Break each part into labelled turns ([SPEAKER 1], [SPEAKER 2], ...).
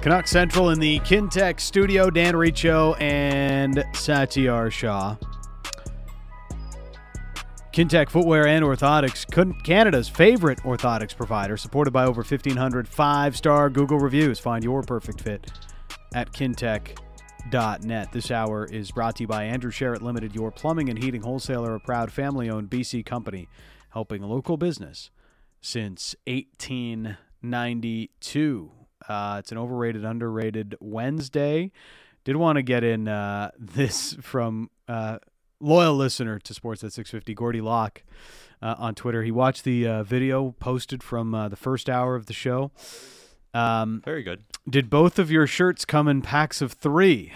[SPEAKER 1] Canuck Central in the Kintech studio, Dan Riccio and Satyar Shah. Kintech Footwear and Orthotics, Can- Canada's favorite orthotics provider, supported by over 1,500 five star Google reviews. Find your perfect fit at kintech.net. This hour is brought to you by Andrew Sherritt Limited, your plumbing and heating wholesaler, a proud family owned BC company, helping local business since 1892. Uh, it's an overrated, underrated Wednesday. Did want to get in uh, this from uh, loyal listener to Sports at 650, Gordy Locke uh, on Twitter. He watched the uh, video posted from uh, the first hour of the show. Um,
[SPEAKER 2] Very good.
[SPEAKER 1] did both of your shirts come in packs of three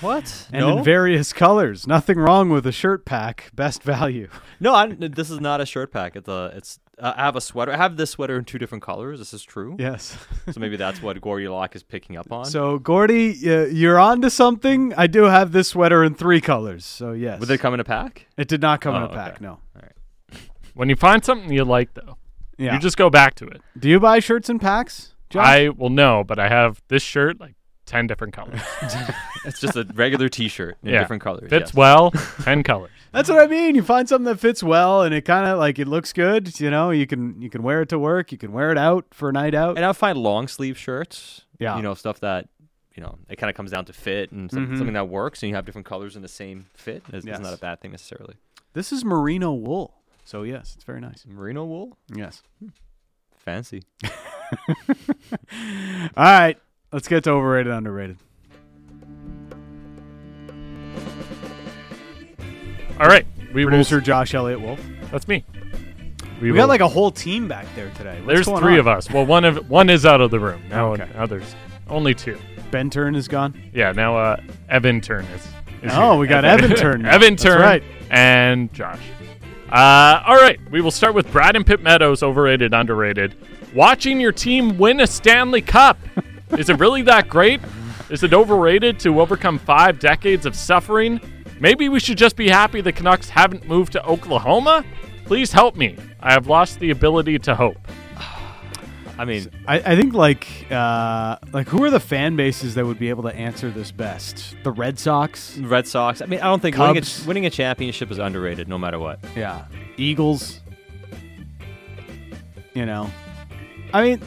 [SPEAKER 2] What?
[SPEAKER 1] and
[SPEAKER 2] no,
[SPEAKER 1] in various colors? Nothing wrong with a shirt pack. Best value.
[SPEAKER 2] no. I, this is not a shirt pack. It's a. It's. Uh, I have a sweater. I have this sweater in two different colors. This is true.
[SPEAKER 1] Yes.
[SPEAKER 2] So maybe that's what Gordy Locke is picking up on.
[SPEAKER 1] So, Gordy, uh, you're on to something. I do have this sweater in three colors. So, yes.
[SPEAKER 2] would they come in a pack?
[SPEAKER 1] It did not come in
[SPEAKER 2] Oh,
[SPEAKER 1] a pack,
[SPEAKER 2] okay.
[SPEAKER 1] no.
[SPEAKER 3] When you find something you like, though,
[SPEAKER 1] Yeah.
[SPEAKER 3] you just go back to it.
[SPEAKER 1] do you buy shirts in packs? Josh?
[SPEAKER 3] I will know, but I have this shirt like ten different colors.
[SPEAKER 2] It's just a regular T-shirt in
[SPEAKER 3] Yeah.
[SPEAKER 2] different colors.
[SPEAKER 3] Fits
[SPEAKER 2] yes.
[SPEAKER 3] well, ten colors.
[SPEAKER 1] That's what I mean. You find something that fits well, and it kind of like it looks good. You know, you can you can wear it to work. You can wear it out for a night out.
[SPEAKER 2] And I find long sleeve shirts.
[SPEAKER 1] Yeah.
[SPEAKER 2] You know, stuff that you know it kind of comes down to fit and some,
[SPEAKER 1] Mhm.
[SPEAKER 2] something that works, and you have different colors in the same fit. It's,
[SPEAKER 1] Yes.
[SPEAKER 2] it's not a bad thing necessarily.
[SPEAKER 1] this is merino wool, so yes, it's very nice.
[SPEAKER 2] Merino wool,
[SPEAKER 1] Yes.
[SPEAKER 2] fancy.
[SPEAKER 1] All right, let's get to overrated, underrated.
[SPEAKER 3] All right, we will-
[SPEAKER 1] Producer Josh Elliott Wolf.
[SPEAKER 3] That's me.
[SPEAKER 1] We
[SPEAKER 3] will-
[SPEAKER 1] got like a whole team back there today. What's
[SPEAKER 3] there's
[SPEAKER 1] going
[SPEAKER 3] three
[SPEAKER 1] on?
[SPEAKER 3] of us. Well, one of one is out of the room now,
[SPEAKER 1] Okay.
[SPEAKER 3] and others only two.
[SPEAKER 1] Ben Turn is gone.
[SPEAKER 3] Yeah, now uh, Evan Turn is. is
[SPEAKER 1] Oh,
[SPEAKER 3] here.
[SPEAKER 1] we got Evan Turn now.
[SPEAKER 3] Evan
[SPEAKER 1] That's
[SPEAKER 3] Turn.
[SPEAKER 1] right.
[SPEAKER 3] And Josh. Uh, all right, we will start with Brad and Pitt Meadows, overrated, underrated. Watching your team win a Stanley Cup. is it really that great? Is it overrated to overcome five decades of suffering? Maybe we should just be happy the Canucks haven't moved to Oklahoma? Please help me. I have lost the ability to hope.
[SPEAKER 2] I mean,
[SPEAKER 1] I, I think like uh, like who are the fan bases that would be able to answer this best? The Red Sox.
[SPEAKER 2] Red Sox. I mean, I don't think winning
[SPEAKER 1] Cubs.
[SPEAKER 2] a, winning a championship is underrated, no matter what.
[SPEAKER 1] Yeah. Eagles. You know. I mean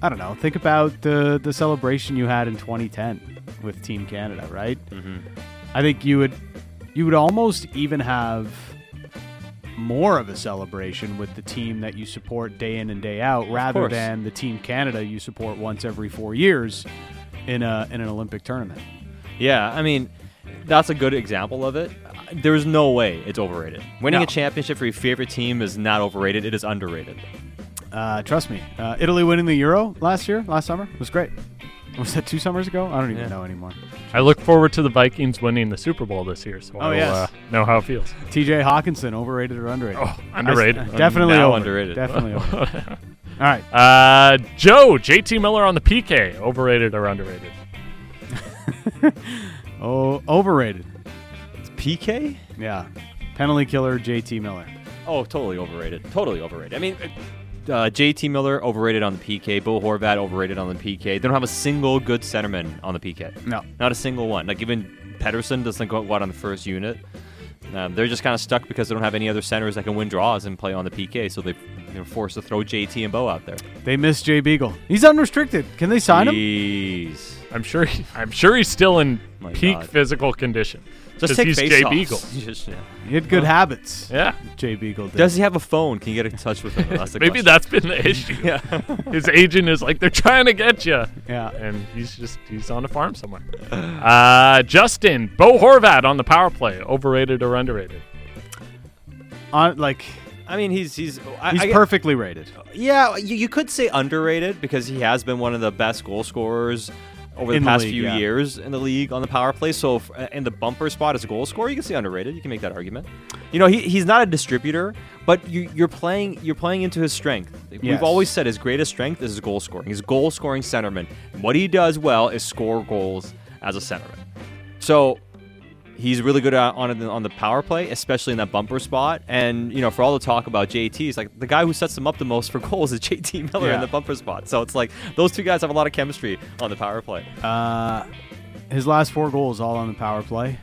[SPEAKER 1] I don't know. Think about the the celebration you had in 2010 with Team Canada, right? Mm-hmm. I think you would you would almost even have more of a celebration with the team that you support day in and day out rather
[SPEAKER 2] course.
[SPEAKER 1] than the Team Canada you support once every 4 years in a in an Olympic tournament.
[SPEAKER 2] Yeah, I mean, that's a good example of it. There's no way it's overrated. Winning
[SPEAKER 1] No.
[SPEAKER 2] a championship for your favorite team is not overrated, it is underrated.
[SPEAKER 1] Uh, trust me, uh, Italy winning the Euro last year, last summer was great. Was that two summers ago? I don't even
[SPEAKER 2] Yeah.
[SPEAKER 1] know anymore.
[SPEAKER 3] I look forward to the Vikings winning the Super Bowl this year, so
[SPEAKER 1] Oh,
[SPEAKER 3] I will
[SPEAKER 1] yes.
[SPEAKER 3] uh, know how it feels.
[SPEAKER 1] T.J. Hawkinson, overrated or underrated?
[SPEAKER 3] Oh, underrated.
[SPEAKER 1] I s- definitely
[SPEAKER 2] Now
[SPEAKER 1] over.
[SPEAKER 2] underrated.
[SPEAKER 1] Definitely over. All right,
[SPEAKER 3] Uh, Joe, JT Miller on the PK, overrated or underrated?
[SPEAKER 1] oh, overrated.
[SPEAKER 2] It's PK?
[SPEAKER 1] Yeah, penalty killer J.T. Miller.
[SPEAKER 2] Oh, totally overrated. Totally overrated. I mean, uh, JT Miller overrated on the PK. Bill Horvat overrated on the PK. They don't have a single good centerman on the PK.
[SPEAKER 1] No.
[SPEAKER 2] Not a single one. Like, even Pedersen doesn't go out on the first unit. Um, they're just kind of stuck because they don't have any other centers that can win draws and play on the PK, so they, they're forced to throw JT and Bo out there.
[SPEAKER 1] They missed Jay Beagle. He's unrestricted. Can they sign him?
[SPEAKER 2] Jeez.
[SPEAKER 3] I'm sure. He, I'm sure he's still in
[SPEAKER 2] My
[SPEAKER 3] peak
[SPEAKER 2] God.
[SPEAKER 3] physical condition.
[SPEAKER 2] Just
[SPEAKER 3] 'Cause
[SPEAKER 2] take
[SPEAKER 3] he's
[SPEAKER 2] face
[SPEAKER 3] Jay
[SPEAKER 2] offs.
[SPEAKER 3] Beagle.
[SPEAKER 2] Just, yeah.
[SPEAKER 1] He had good habits.
[SPEAKER 3] Yeah,
[SPEAKER 1] Jay Beagle did.
[SPEAKER 2] Does he have a phone? Can you get in touch with him? That's the
[SPEAKER 3] maybe
[SPEAKER 2] question.
[SPEAKER 3] that's been the issue. His agent is like, they're trying to get you,
[SPEAKER 1] Yeah.
[SPEAKER 3] and he's just he's on a farm somewhere. Uh, Justin, Bo Horvat on the power play, overrated or underrated?
[SPEAKER 1] On, like
[SPEAKER 2] I mean, he's he's I,
[SPEAKER 1] he's
[SPEAKER 2] I get- Oh.
[SPEAKER 1] perfectly rated.
[SPEAKER 2] Yeah, you, you could say underrated because he has been one of the best goal scorers over the
[SPEAKER 1] In the
[SPEAKER 2] past
[SPEAKER 1] league,
[SPEAKER 2] few
[SPEAKER 1] yeah.
[SPEAKER 2] years in the league on the power play. So if, in the bumper spot as a goal scorer, you can say underrated. You can make that argument. You know, he, he's not a distributor, but you, you're playing you're playing into his strength.
[SPEAKER 1] Yes.
[SPEAKER 2] We've always said his greatest strength is his goal scoring. He's a goal scoring centerman. What he does well is score goals as a centerman. So He's really good at, on it on the power play, especially in that bumper spot. And you know, for all the talk about JT, it's like the guy who sets them up the most for goals is JT Miller
[SPEAKER 1] Yeah.
[SPEAKER 2] in the bumper spot. So it's like those two guys have a lot of chemistry on the power play.
[SPEAKER 1] Uh, his last four goals all on the power play.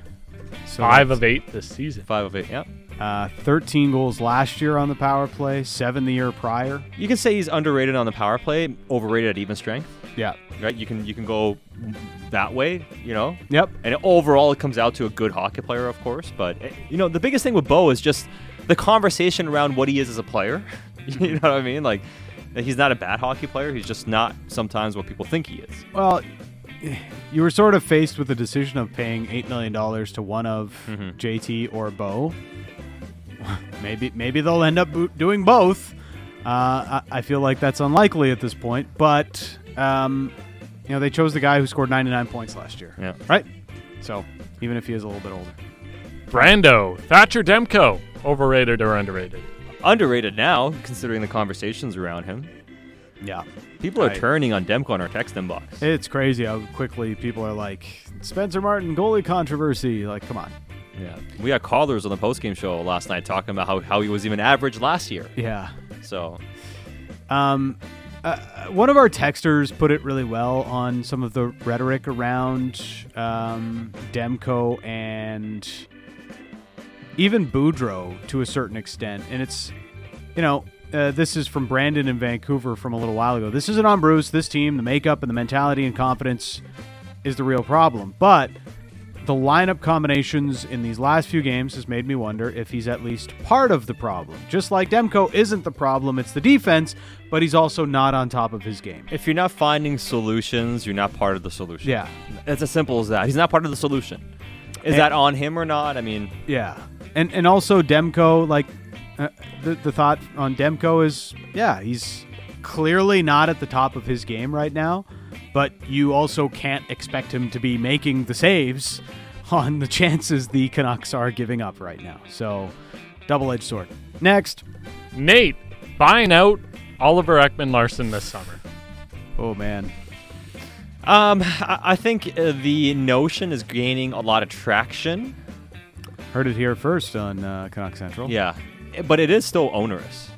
[SPEAKER 1] So
[SPEAKER 3] Five
[SPEAKER 1] that's-
[SPEAKER 3] of eight this season.
[SPEAKER 2] Five of eight. Yeah,
[SPEAKER 1] Uh, 13 goals last year on the power play, seven the year prior.
[SPEAKER 2] you can say he's underrated on the power play, overrated at even strength.
[SPEAKER 1] Yeah.
[SPEAKER 2] Right? You can you can go that way. You know,
[SPEAKER 1] Yep.
[SPEAKER 2] And overall, it comes out to a good hockey player, of course. But eh, you know, the biggest thing with Bo is just the conversation around what he is as a player. you know what I mean? Like, that he's not a bad hockey player. He's just not sometimes what people think he is.
[SPEAKER 1] Well, you were sort of faced with the decision of paying $8 million to one of JT or Bo. maybe, maybe they'll end up bo- doing both. Uh, I, I feel like that's unlikely at this point, but um, you know they chose the guy who scored 99 points last year,
[SPEAKER 2] Yeah.
[SPEAKER 1] right? So even if he is a little bit older,
[SPEAKER 3] Brando, Thatcher Demko, overrated or underrated?
[SPEAKER 2] Underrated now, considering the conversations around him.
[SPEAKER 1] yeah,
[SPEAKER 2] People are
[SPEAKER 1] Right.
[SPEAKER 2] turning on Demko in our text inbox.
[SPEAKER 1] It's crazy how quickly people are like Spencer Martin goalie controversy. Like, come on.
[SPEAKER 2] Yeah. We had callers on the postgame show last night talking about how, how he was even average last year.
[SPEAKER 1] Yeah.
[SPEAKER 2] So
[SPEAKER 1] Um, uh, one of our texters put it really well on some of the rhetoric around um, Demko and even Boudreaux to a certain extent. And it's, you know, uh, this is from Brandon in Vancouver from a little while ago. This isn't on Bruce. This team, the makeup and the mentality and confidence is the real problem. But the lineup combinations in these last few games has made me wonder if he's at least part of the problem. Just like Demko isn't the problem, it's the defense, but he's also not on top of his game.
[SPEAKER 2] if you're not finding solutions, you're not part of the solution.
[SPEAKER 1] Yeah.
[SPEAKER 2] It's as simple as that. He's not part of the solution. Is
[SPEAKER 1] And-
[SPEAKER 2] that on him or not? I mean,
[SPEAKER 1] Yeah. And and also Demko like uh, the the thought on Demko is yeah, he's clearly not at the top of his game right now, but you also can't expect him to be making the saves on the chances the Canucks are giving up right now. So, double-edged sword. Next.
[SPEAKER 3] Nate, buying out Oliver Ekman Larson this summer.
[SPEAKER 1] Oh man.
[SPEAKER 2] Um, I I think uh, the notion is gaining a lot of traction.
[SPEAKER 1] Heard it here first on uh, Canuck Central.
[SPEAKER 2] Yeah, but it is still onerous.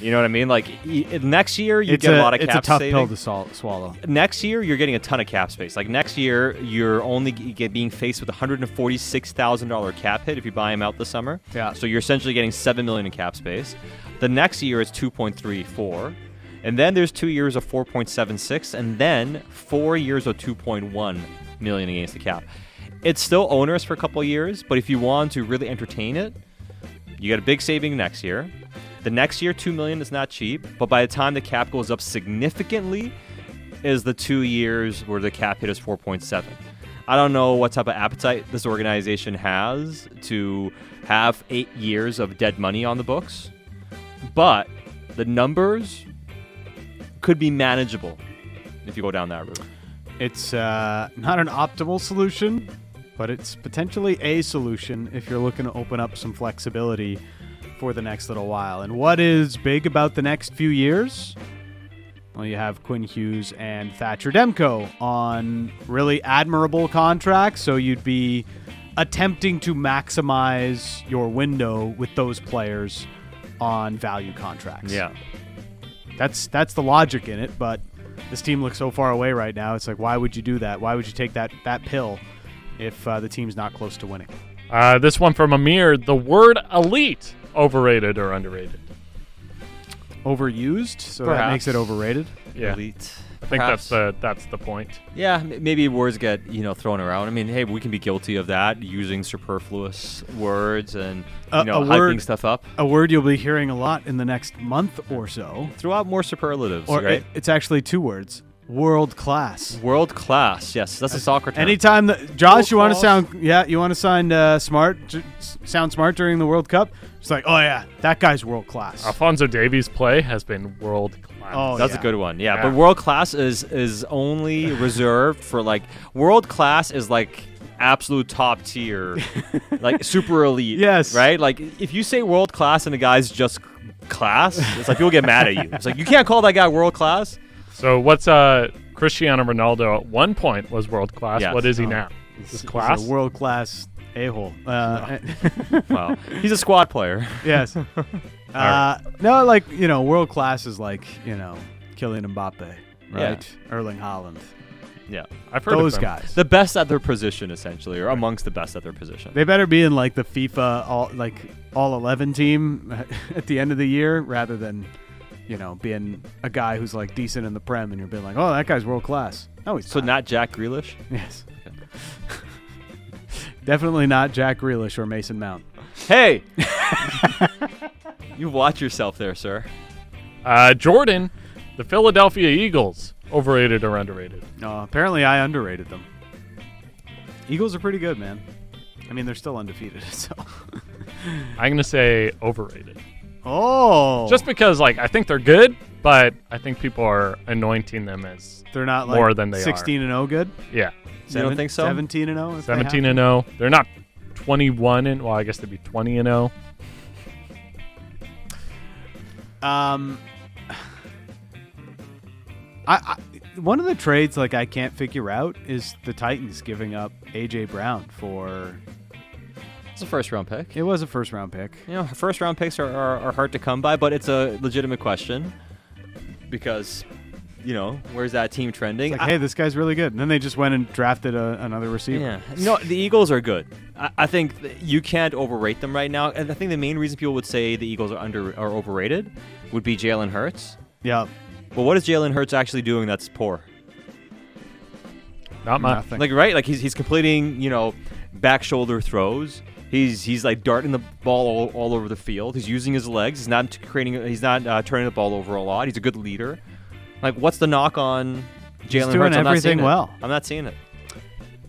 [SPEAKER 2] You know what I mean? Like y- next year, you
[SPEAKER 1] it's
[SPEAKER 2] get a,
[SPEAKER 1] a,
[SPEAKER 2] lot of
[SPEAKER 1] it's
[SPEAKER 2] cap
[SPEAKER 1] a tough
[SPEAKER 2] saving.
[SPEAKER 1] pill to sol- swallow.
[SPEAKER 2] Next year, you're getting a ton of cap space. Like next year, you're only g- get being faced with $146,000 cap hit if you buy him out this summer.
[SPEAKER 1] Yeah.
[SPEAKER 2] So you're essentially getting seven million in cap space. The next year is 2.34, and then there's two years of 4.76, and then four years of 2.1 million against the cap. It's still onerous for a couple of years, but if you want to really entertain it, you get a big saving next year. The next year, two million is not cheap, but by the time the cap goes up significantly, is the two years where the cap hit is 4.7. I don't know what type of appetite this organization has to have eight years of dead money on the books, but the numbers could be manageable if you go down that route.
[SPEAKER 1] It's uh, not an optimal solution, but it's potentially a solution if you're looking to open up some flexibility for the next little while. And what is big about the next few years? Well, you have Quinn Hughes and Thatcher Demko on really admirable contracts, so you'd be attempting to maximize your window with those players on value contracts. That's that's the logic in it, but this team looks so far away right now. It's like, why would you do that? Why would you take that that pill if uh, the team's not close to winning?
[SPEAKER 3] Uh, this one from Amir, the word elite, overrated or underrated?
[SPEAKER 1] Overused, so that
[SPEAKER 2] Perhaps.
[SPEAKER 1] makes it overrated.
[SPEAKER 3] Yeah,
[SPEAKER 2] Elite.
[SPEAKER 3] I think that's the that's the point.
[SPEAKER 2] Yeah, m- maybe words get you know thrown around. I mean, hey, we can be guilty of that using superfluous words and you
[SPEAKER 1] A-
[SPEAKER 2] know
[SPEAKER 1] a
[SPEAKER 2] hyping
[SPEAKER 1] word-
[SPEAKER 2] stuff up.
[SPEAKER 1] A word you'll be hearing a lot in the next month or so,
[SPEAKER 2] Throw out more superlatives,
[SPEAKER 1] or
[SPEAKER 2] right?
[SPEAKER 1] it- it's actually two words: world class.
[SPEAKER 2] World class. Yes, that's a soccer term.
[SPEAKER 1] Anytime that Josh, you want to
[SPEAKER 2] class.
[SPEAKER 1] sound yeah, you want to sound uh, smart, j- s- sound smart during the World Cup. It's like, oh yeah, that guy's world class.
[SPEAKER 3] Alfonso Davies' play has been world class.
[SPEAKER 1] Oh,
[SPEAKER 2] That's
[SPEAKER 1] yeah.
[SPEAKER 2] a good one. Yeah,
[SPEAKER 3] Yeah.
[SPEAKER 2] but world class is is only reserved for like world class is like absolute top tier, like super elite.
[SPEAKER 1] Yes.
[SPEAKER 2] right. Like if you say world class and the guy's just class, it's like people get mad at you. It's like you can't call that guy world class.
[SPEAKER 3] So what's uh Cristiano Ronaldo at one point was world class.
[SPEAKER 2] Yes.
[SPEAKER 3] What is he
[SPEAKER 1] Oh.
[SPEAKER 3] now? Is
[SPEAKER 1] He's
[SPEAKER 3] class?
[SPEAKER 1] a world class a hole. Uh,
[SPEAKER 2] Wow. He's a squad player.
[SPEAKER 1] yes. Uh, no, like you know, world class is like you know, Kylian Mbappe, right? Erling Haaland,
[SPEAKER 2] Yeah.
[SPEAKER 3] I've heard of
[SPEAKER 1] those
[SPEAKER 3] them.
[SPEAKER 1] guys.
[SPEAKER 2] The best at their position, essentially, or amongst the best at their position.
[SPEAKER 1] they better be in like the FIFA all like all eleven team at the end of the year, rather than you know being a guy who's like decent in the prem and you're being like, oh, that guy's world class. No, he's
[SPEAKER 2] So
[SPEAKER 1] not.
[SPEAKER 2] not Jack Grealish.
[SPEAKER 1] Yes. Definitely not Jack Grealish or Mason Mount.
[SPEAKER 2] Hey, you watch yourself there, sir.
[SPEAKER 3] Uh, Jordan, the Philadelphia Eagles, overrated or underrated?
[SPEAKER 1] No, apparently I underrated them. Eagles are pretty good, man. I mean, they're still undefeated. So.
[SPEAKER 3] I'm gonna say overrated,
[SPEAKER 1] Oh,
[SPEAKER 3] just because like I think they're good, but I think people are anointing them as
[SPEAKER 1] they're not like
[SPEAKER 3] more than they are.
[SPEAKER 1] sixteen and zero good.
[SPEAKER 3] yeah,
[SPEAKER 2] You don't think so?
[SPEAKER 1] Seventeen and oh, zero.
[SPEAKER 3] 17 and 0. They're not 21 and well, I guess they'd be 20 and oh. 0. oh.
[SPEAKER 1] Um, I, I one of the trades like I can't figure out is the Titans giving up AJ Brown for
[SPEAKER 2] It's a first round pick.
[SPEAKER 1] it was a first round pick.
[SPEAKER 2] You know, first round picks are, are, are hard to come by, but it's a legitimate question because, you know, where's that team trending?
[SPEAKER 1] Like,
[SPEAKER 2] I-
[SPEAKER 1] hey, this guy's really good. And then they just went and drafted a, another receiver.
[SPEAKER 2] Yeah. No, the Eagles are good. I, I think th- you can't overrate them right now. And I think the main reason people would say the Eagles are under are overrated would be Jalen Hurts.
[SPEAKER 1] Yep.
[SPEAKER 2] But what is Jalen Hurts actually doing that's poor?
[SPEAKER 3] Not much.
[SPEAKER 1] Nothing.
[SPEAKER 2] Like right? Like he's he's completing, you know, back shoulder throws. He's he's like darting the ball all, all over the field. He's using his legs. He's not creating he's not uh, turning the ball over a lot. He's a good leader. Like what's the knock on Jalen
[SPEAKER 1] doing
[SPEAKER 2] Hurts? I'm not
[SPEAKER 1] everything
[SPEAKER 2] seeing it.
[SPEAKER 1] well.
[SPEAKER 2] I'm not seeing it.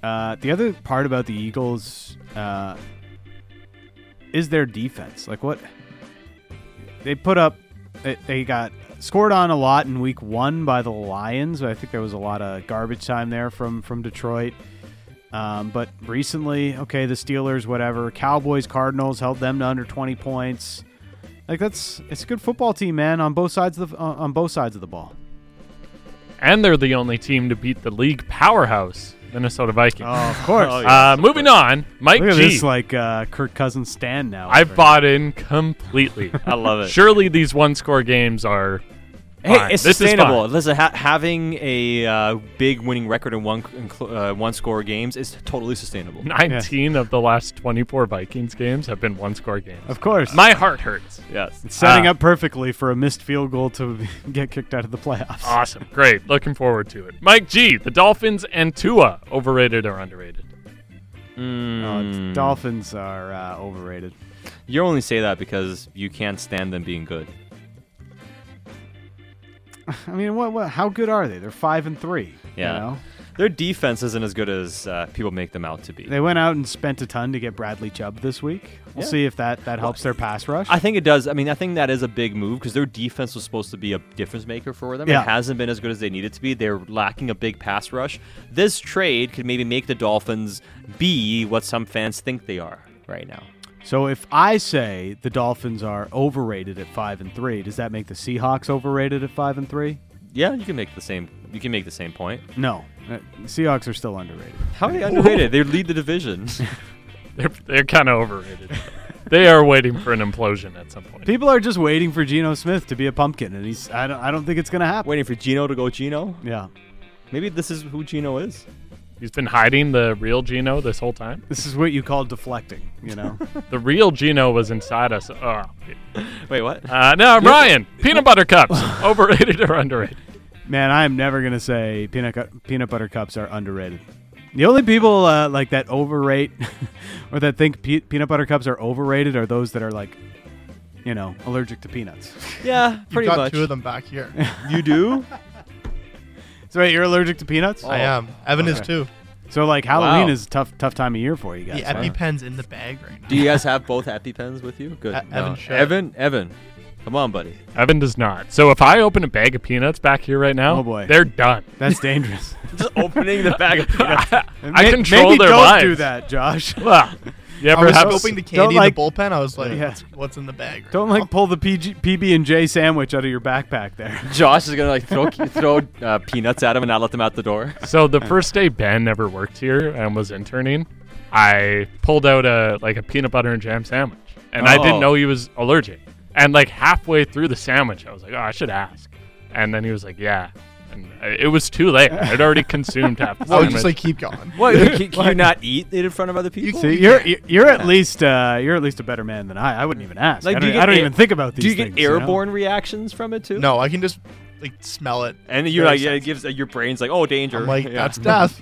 [SPEAKER 1] Uh, the other part about the Eagles uh, is their defense. Like what they put up, they, they got scored on a lot in Week One by the Lions. I think there was a lot of garbage time there from from Detroit. Um, but recently, okay, the Steelers, whatever, Cowboys, Cardinals held them to under twenty points. Like that's it's a good football team, man, on both sides of the on on both sides of the ball.
[SPEAKER 3] And they're the only team to beat the league powerhouse, Minnesota Vikings.
[SPEAKER 1] Oh, of course.
[SPEAKER 3] uh, moving on, Mike
[SPEAKER 1] Look at
[SPEAKER 3] G.
[SPEAKER 1] this, like uh, Kirk Cousins stand now.
[SPEAKER 3] I've bought in completely. Uh,
[SPEAKER 2] I love it.
[SPEAKER 3] Surely these one score games are
[SPEAKER 2] Hey,
[SPEAKER 3] Fine.
[SPEAKER 2] it's
[SPEAKER 3] This is
[SPEAKER 2] sustainable.
[SPEAKER 3] fine.
[SPEAKER 2] Listen, ha- having a uh, big winning record in one in cl- uh, one score games is totally sustainable.
[SPEAKER 3] 19 of the last 24 Vikings games have been one score games.
[SPEAKER 1] Of course.
[SPEAKER 3] My heart hurts.
[SPEAKER 2] Yes.
[SPEAKER 1] Setting
[SPEAKER 3] Ah.
[SPEAKER 1] up perfectly for a missed field goal to get kicked out of the playoffs.
[SPEAKER 2] Ah,
[SPEAKER 3] Awesome. Great. Looking forward to it. Mike G, the Dolphins and Tua, overrated or underrated?
[SPEAKER 1] No, it's-
[SPEAKER 2] Mm.
[SPEAKER 1] Dolphins are uh, overrated.
[SPEAKER 2] You only say that because you can't stand them being good.
[SPEAKER 1] I mean, what, what? How good are they? They're five and three.
[SPEAKER 2] Yeah.
[SPEAKER 1] You know?
[SPEAKER 2] Their defense isn't as good as uh, people make them out to be.
[SPEAKER 1] They went out and spent a ton to get Bradley Chubb this week. We'll
[SPEAKER 2] Yeah.
[SPEAKER 1] see if that, that helps their pass rush.
[SPEAKER 2] I think it does. I mean, I think that is a big move because their defense was supposed to be a difference maker for them.
[SPEAKER 1] Yeah.
[SPEAKER 2] It hasn't been as good as they needed to be. They're lacking a big pass rush. This trade could maybe make the Dolphins be what some fans think they are right now.
[SPEAKER 1] so if I say the Dolphins are overrated at five and three, does that make the Seahawks overrated at five and three?
[SPEAKER 2] Yeah, you can make the same. You can make the same point.
[SPEAKER 1] No, Uh, Seahawks are still underrated.
[SPEAKER 2] How are they underrated? they lead the division.
[SPEAKER 3] They're, they're kind of overrated. they are waiting for an implosion at some point.
[SPEAKER 1] People are just waiting for Geno Smith to be a pumpkin, and he's I don't I don't think it's gonna happen.
[SPEAKER 2] Waiting for Gino to go Gino.
[SPEAKER 1] Yeah.
[SPEAKER 2] Maybe this is who Gino is.
[SPEAKER 3] He's been hiding the real Gino this whole time.
[SPEAKER 1] This is what you call deflecting, you know?
[SPEAKER 3] The real Gino was inside us. Oh.
[SPEAKER 2] Wait, what?
[SPEAKER 3] Uh, no, Ryan, peanut butter cups, overrated or underrated?
[SPEAKER 1] Man, I am never gonna say peanut cu- peanut butter cups are underrated. The only people uh, like that overrate or that think pe- peanut butter cups are overrated are those that are like, you know, allergic to peanuts.
[SPEAKER 2] yeah,
[SPEAKER 4] You've
[SPEAKER 2] pretty
[SPEAKER 4] got
[SPEAKER 2] much.
[SPEAKER 4] two of them back here.
[SPEAKER 2] You do?
[SPEAKER 1] So wait, you're allergic to peanuts?
[SPEAKER 4] I
[SPEAKER 2] Oh.
[SPEAKER 4] am. Evan is too.
[SPEAKER 1] So like Halloween
[SPEAKER 2] Wow.
[SPEAKER 1] is a tough tough time of year for you guys.
[SPEAKER 4] The
[SPEAKER 1] huh?
[SPEAKER 4] EpiPen's in the bag right now.
[SPEAKER 2] do you guys have both EpiPens with you? Good.
[SPEAKER 4] E- Evan, shut
[SPEAKER 2] Evan, Evan, come on, buddy.
[SPEAKER 3] Evan does not. So if I open a bag of peanuts back here right now,
[SPEAKER 1] Oh, boy.
[SPEAKER 3] they're done.
[SPEAKER 1] That's dangerous.
[SPEAKER 2] Just opening the bag of peanuts.
[SPEAKER 3] I,
[SPEAKER 1] May-
[SPEAKER 3] control
[SPEAKER 1] maybe
[SPEAKER 3] their
[SPEAKER 1] don't
[SPEAKER 3] lives.
[SPEAKER 1] do that, Josh.
[SPEAKER 3] Ah, you ever
[SPEAKER 4] I was
[SPEAKER 3] have
[SPEAKER 4] scoping the
[SPEAKER 1] Don't
[SPEAKER 4] candy
[SPEAKER 1] like-
[SPEAKER 4] in the bullpen. I was like,
[SPEAKER 1] Yeah.
[SPEAKER 4] what's, what's in the bag? Right
[SPEAKER 1] Don't
[SPEAKER 4] now?
[SPEAKER 1] like pull the PG- PB and J sandwich out of your backpack there.
[SPEAKER 2] Josh is gonna like throw throw uh, peanuts at him and not let them out the door.
[SPEAKER 3] So the first day Ben ever worked here and was interning, I pulled out a like a peanut butter and jam sandwich, and I
[SPEAKER 2] Oh.
[SPEAKER 3] didn't know he was allergic. And like halfway through the sandwich, I was like, "Oh, I should ask." And then he was like, "Yeah." And I- it was too late. I'd already consumed half the
[SPEAKER 4] I
[SPEAKER 3] sandwich.
[SPEAKER 4] would just like keep going.
[SPEAKER 2] What? Can, can you not eat it in front of other people?
[SPEAKER 1] See, you're you're you're at least uh, you're at least a better man than I. I wouldn't even ask.
[SPEAKER 2] Like,
[SPEAKER 1] I don't, e,
[SPEAKER 2] do you get
[SPEAKER 1] I don't
[SPEAKER 2] air-
[SPEAKER 1] even think about these.
[SPEAKER 2] Do you get
[SPEAKER 1] things, know?
[SPEAKER 2] airborne reactions from it too?
[SPEAKER 4] No, I can just like smell it.
[SPEAKER 2] And you're
[SPEAKER 4] That
[SPEAKER 2] like,
[SPEAKER 4] makes
[SPEAKER 2] yeah, it
[SPEAKER 4] sense.
[SPEAKER 2] gives uh, your brain's like, oh, danger.
[SPEAKER 4] I'm like,
[SPEAKER 2] Yeah.
[SPEAKER 4] that's death.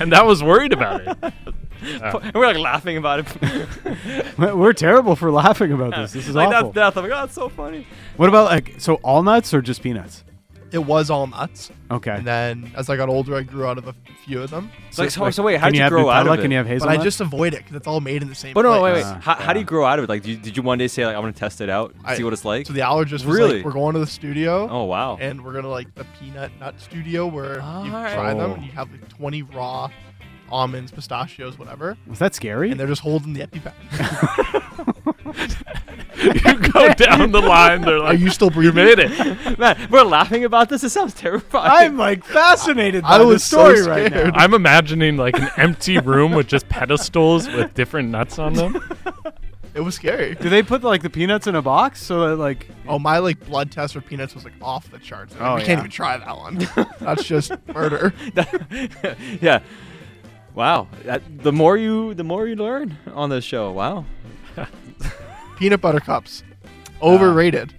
[SPEAKER 3] and I was worried about it.
[SPEAKER 2] and we're like laughing about it.
[SPEAKER 1] We're terrible for laughing about this. This is
[SPEAKER 2] like
[SPEAKER 1] awful.
[SPEAKER 2] that's death. I'm like, oh, that's so funny.
[SPEAKER 1] What about like so all nuts or just peanuts?
[SPEAKER 4] It was all nuts.
[SPEAKER 1] Okay.
[SPEAKER 4] And then as I got older, I grew out of a few of them.
[SPEAKER 2] So, so, so wait, how
[SPEAKER 1] can
[SPEAKER 2] did
[SPEAKER 1] you,
[SPEAKER 2] you,
[SPEAKER 1] have
[SPEAKER 2] grow out
[SPEAKER 1] Nutella?
[SPEAKER 2] of it?
[SPEAKER 1] Can you have
[SPEAKER 4] But
[SPEAKER 1] hazelnut?
[SPEAKER 4] I just avoid it because it's all made in the same
[SPEAKER 2] but no, wait,
[SPEAKER 4] place.
[SPEAKER 2] wait. how, how do you grow out of it? Like, do you, did you one day say like, I'm gonna test it out,
[SPEAKER 4] I-
[SPEAKER 2] see what it's like?
[SPEAKER 4] So the allergist was
[SPEAKER 2] Really?
[SPEAKER 4] like, we're going to the studio.
[SPEAKER 2] oh wow.
[SPEAKER 4] and we're gonna like the peanut nut studio where you
[SPEAKER 2] Alright.
[SPEAKER 4] try them
[SPEAKER 1] Oh.
[SPEAKER 4] and you have like 20 raw almonds, pistachios, whatever,
[SPEAKER 1] was that scary?
[SPEAKER 4] and they're just holding the EpiPen.
[SPEAKER 3] you go down the line. They're
[SPEAKER 4] Are
[SPEAKER 3] like,
[SPEAKER 4] you still
[SPEAKER 3] "You
[SPEAKER 4] breathing?
[SPEAKER 3] made it."
[SPEAKER 2] Man, we're laughing about this. It sounds terrifying.
[SPEAKER 1] I'm like fascinated by
[SPEAKER 4] I
[SPEAKER 1] the
[SPEAKER 4] was so
[SPEAKER 1] story right now.
[SPEAKER 4] scared.
[SPEAKER 3] I'm imagining like an empty room with just pedestals with different nuts on them.
[SPEAKER 4] It was scary.
[SPEAKER 1] Do they put like the peanuts in a box so that like
[SPEAKER 4] Oh, my like blood test for peanuts was like off the charts. Like,
[SPEAKER 1] Oh,
[SPEAKER 4] we
[SPEAKER 1] yeah.
[SPEAKER 4] can't even try that one. That's just murder.
[SPEAKER 2] yeah. Wow. That, the more you, the more you learn on this show. Wow.
[SPEAKER 4] Peanut butter cups, overrated.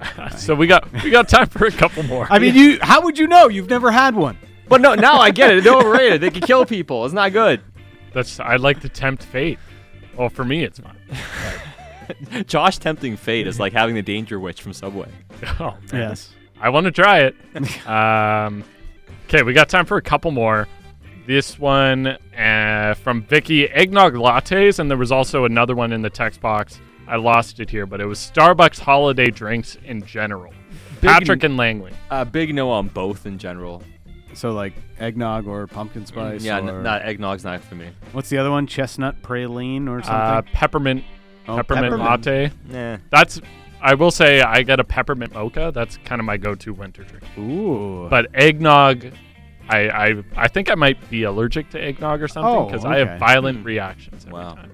[SPEAKER 3] Uh, So we got we got time for a couple more.
[SPEAKER 1] I mean you how would you know? You've never had one.
[SPEAKER 2] But no, now I get it. They're overrated. They can kill people. It's not good.
[SPEAKER 3] That's I like to tempt fate. Well, for me, it's fine.
[SPEAKER 2] Josh tempting fate is like having the danger witch from Subway.
[SPEAKER 3] Oh man.
[SPEAKER 1] Yes.
[SPEAKER 3] I want to try it. um, okay, we got time for a couple more. This one uh, from Vicky eggnog lattes, and there was also another one in the text box. I lost it here, but it was Starbucks holiday drinks in general. Patrick and Langley.
[SPEAKER 2] Uh, big no on both in general.
[SPEAKER 1] So like eggnog or pumpkin spice.
[SPEAKER 2] Mm, yeah, n-
[SPEAKER 1] or-
[SPEAKER 2] not eggnog's not for me.
[SPEAKER 1] What's the other one? Chestnut praline or something?
[SPEAKER 3] Uh, peppermint,
[SPEAKER 1] Oh,
[SPEAKER 3] peppermint,
[SPEAKER 1] peppermint.
[SPEAKER 3] latte.
[SPEAKER 2] Nah.
[SPEAKER 3] That's. I will say I got a peppermint mocha. That's kind of my go-to winter drink.
[SPEAKER 1] Ooh.
[SPEAKER 3] But eggnog, I I, I think I might be allergic to eggnog or something
[SPEAKER 1] Oh,
[SPEAKER 3] because I have
[SPEAKER 1] okay.
[SPEAKER 3] violent reactions. Every
[SPEAKER 2] Wow.
[SPEAKER 3] time.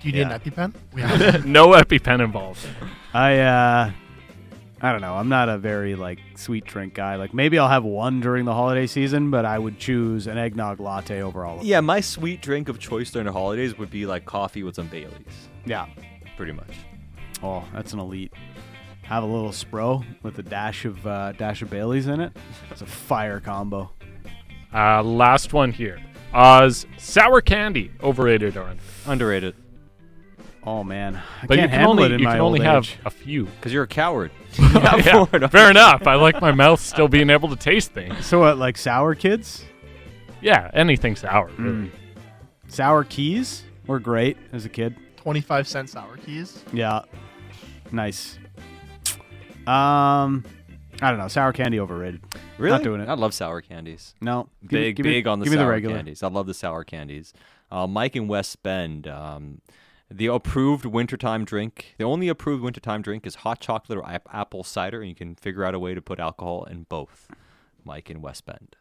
[SPEAKER 4] Do you
[SPEAKER 3] Yeah.
[SPEAKER 4] need an EpiPen? We have it.
[SPEAKER 3] no EpiPen involved.
[SPEAKER 1] I uh I don't know. I'm not a very like sweet drink guy. Like maybe I'll have one during the holiday season, but I would choose an eggnog latte over all of them.
[SPEAKER 2] Yeah, my sweet drink of choice during the holidays would be like coffee with some Baileys,
[SPEAKER 1] Yeah.
[SPEAKER 2] pretty much.
[SPEAKER 1] Oh, that's an elite. Have a little spro with a dash of uh, dash of Bailey's in it. It's a fire combo.
[SPEAKER 3] Uh, last one here. Oz sour candy overrated or under?
[SPEAKER 2] Underrated.
[SPEAKER 1] Oh man, I
[SPEAKER 3] But
[SPEAKER 1] can't
[SPEAKER 3] you can
[SPEAKER 1] handle
[SPEAKER 3] only
[SPEAKER 1] it in
[SPEAKER 3] you
[SPEAKER 1] my
[SPEAKER 3] can only
[SPEAKER 1] old
[SPEAKER 3] have
[SPEAKER 1] age.
[SPEAKER 3] a few.
[SPEAKER 2] Because you're a coward. You have
[SPEAKER 3] Yeah,
[SPEAKER 2] four.
[SPEAKER 3] fair enough. I like my mouth still being able to taste things.
[SPEAKER 1] So what, like sour kids,
[SPEAKER 3] Yeah, anything sour.
[SPEAKER 1] Hmm.
[SPEAKER 3] Really.
[SPEAKER 1] sour keys were great as a kid.
[SPEAKER 4] 25 cent sour keys.
[SPEAKER 1] Yeah, nice. Um, I don't know. Sour candy overrated.
[SPEAKER 2] Really?
[SPEAKER 1] Not doing it.
[SPEAKER 2] I love sour candies.
[SPEAKER 1] No. Give me-
[SPEAKER 2] big,
[SPEAKER 1] give me-
[SPEAKER 2] big on the
[SPEAKER 1] give me
[SPEAKER 2] sour
[SPEAKER 1] regular.
[SPEAKER 2] candies. I love the sour candies. Uh, Mike in West Bend, um, the approved wintertime drink. The only approved wintertime drink is hot chocolate or ap- apple cider, and you can figure out a way to put alcohol in both. Mike in West Bend.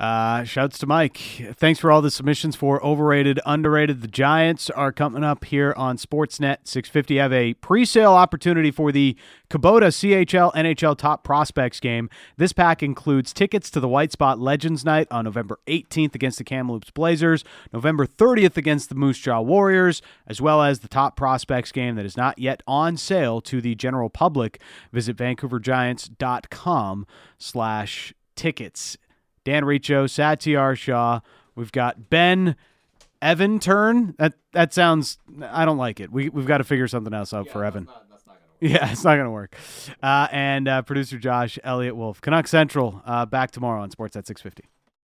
[SPEAKER 1] Uh, shouts to Mike. Thanks for all the submissions for overrated, underrated. The Giants are coming up here on Sportsnet 650. Have a pre-sale opportunity for the Kubota CHL NHL Top Prospects game. This pack includes tickets to the White Spot Legends Night on November 18th against the Kamloops Blazers, November 30th against the Moose Jaw Warriors, as well as the Top Prospects game that is not yet on sale to the general public. Visit VancouverGiants.com slash tickets. Dan Riccio, Satyar Shah. We've got Ben Evan Turn. That that sounds. I don't like it. We we've got to figure something else out for Evan. Yeah, it's not going to work. Uh, and uh, producer Josh Elliott Wolf, Canuck Central, uh, back tomorrow on Sports at 650.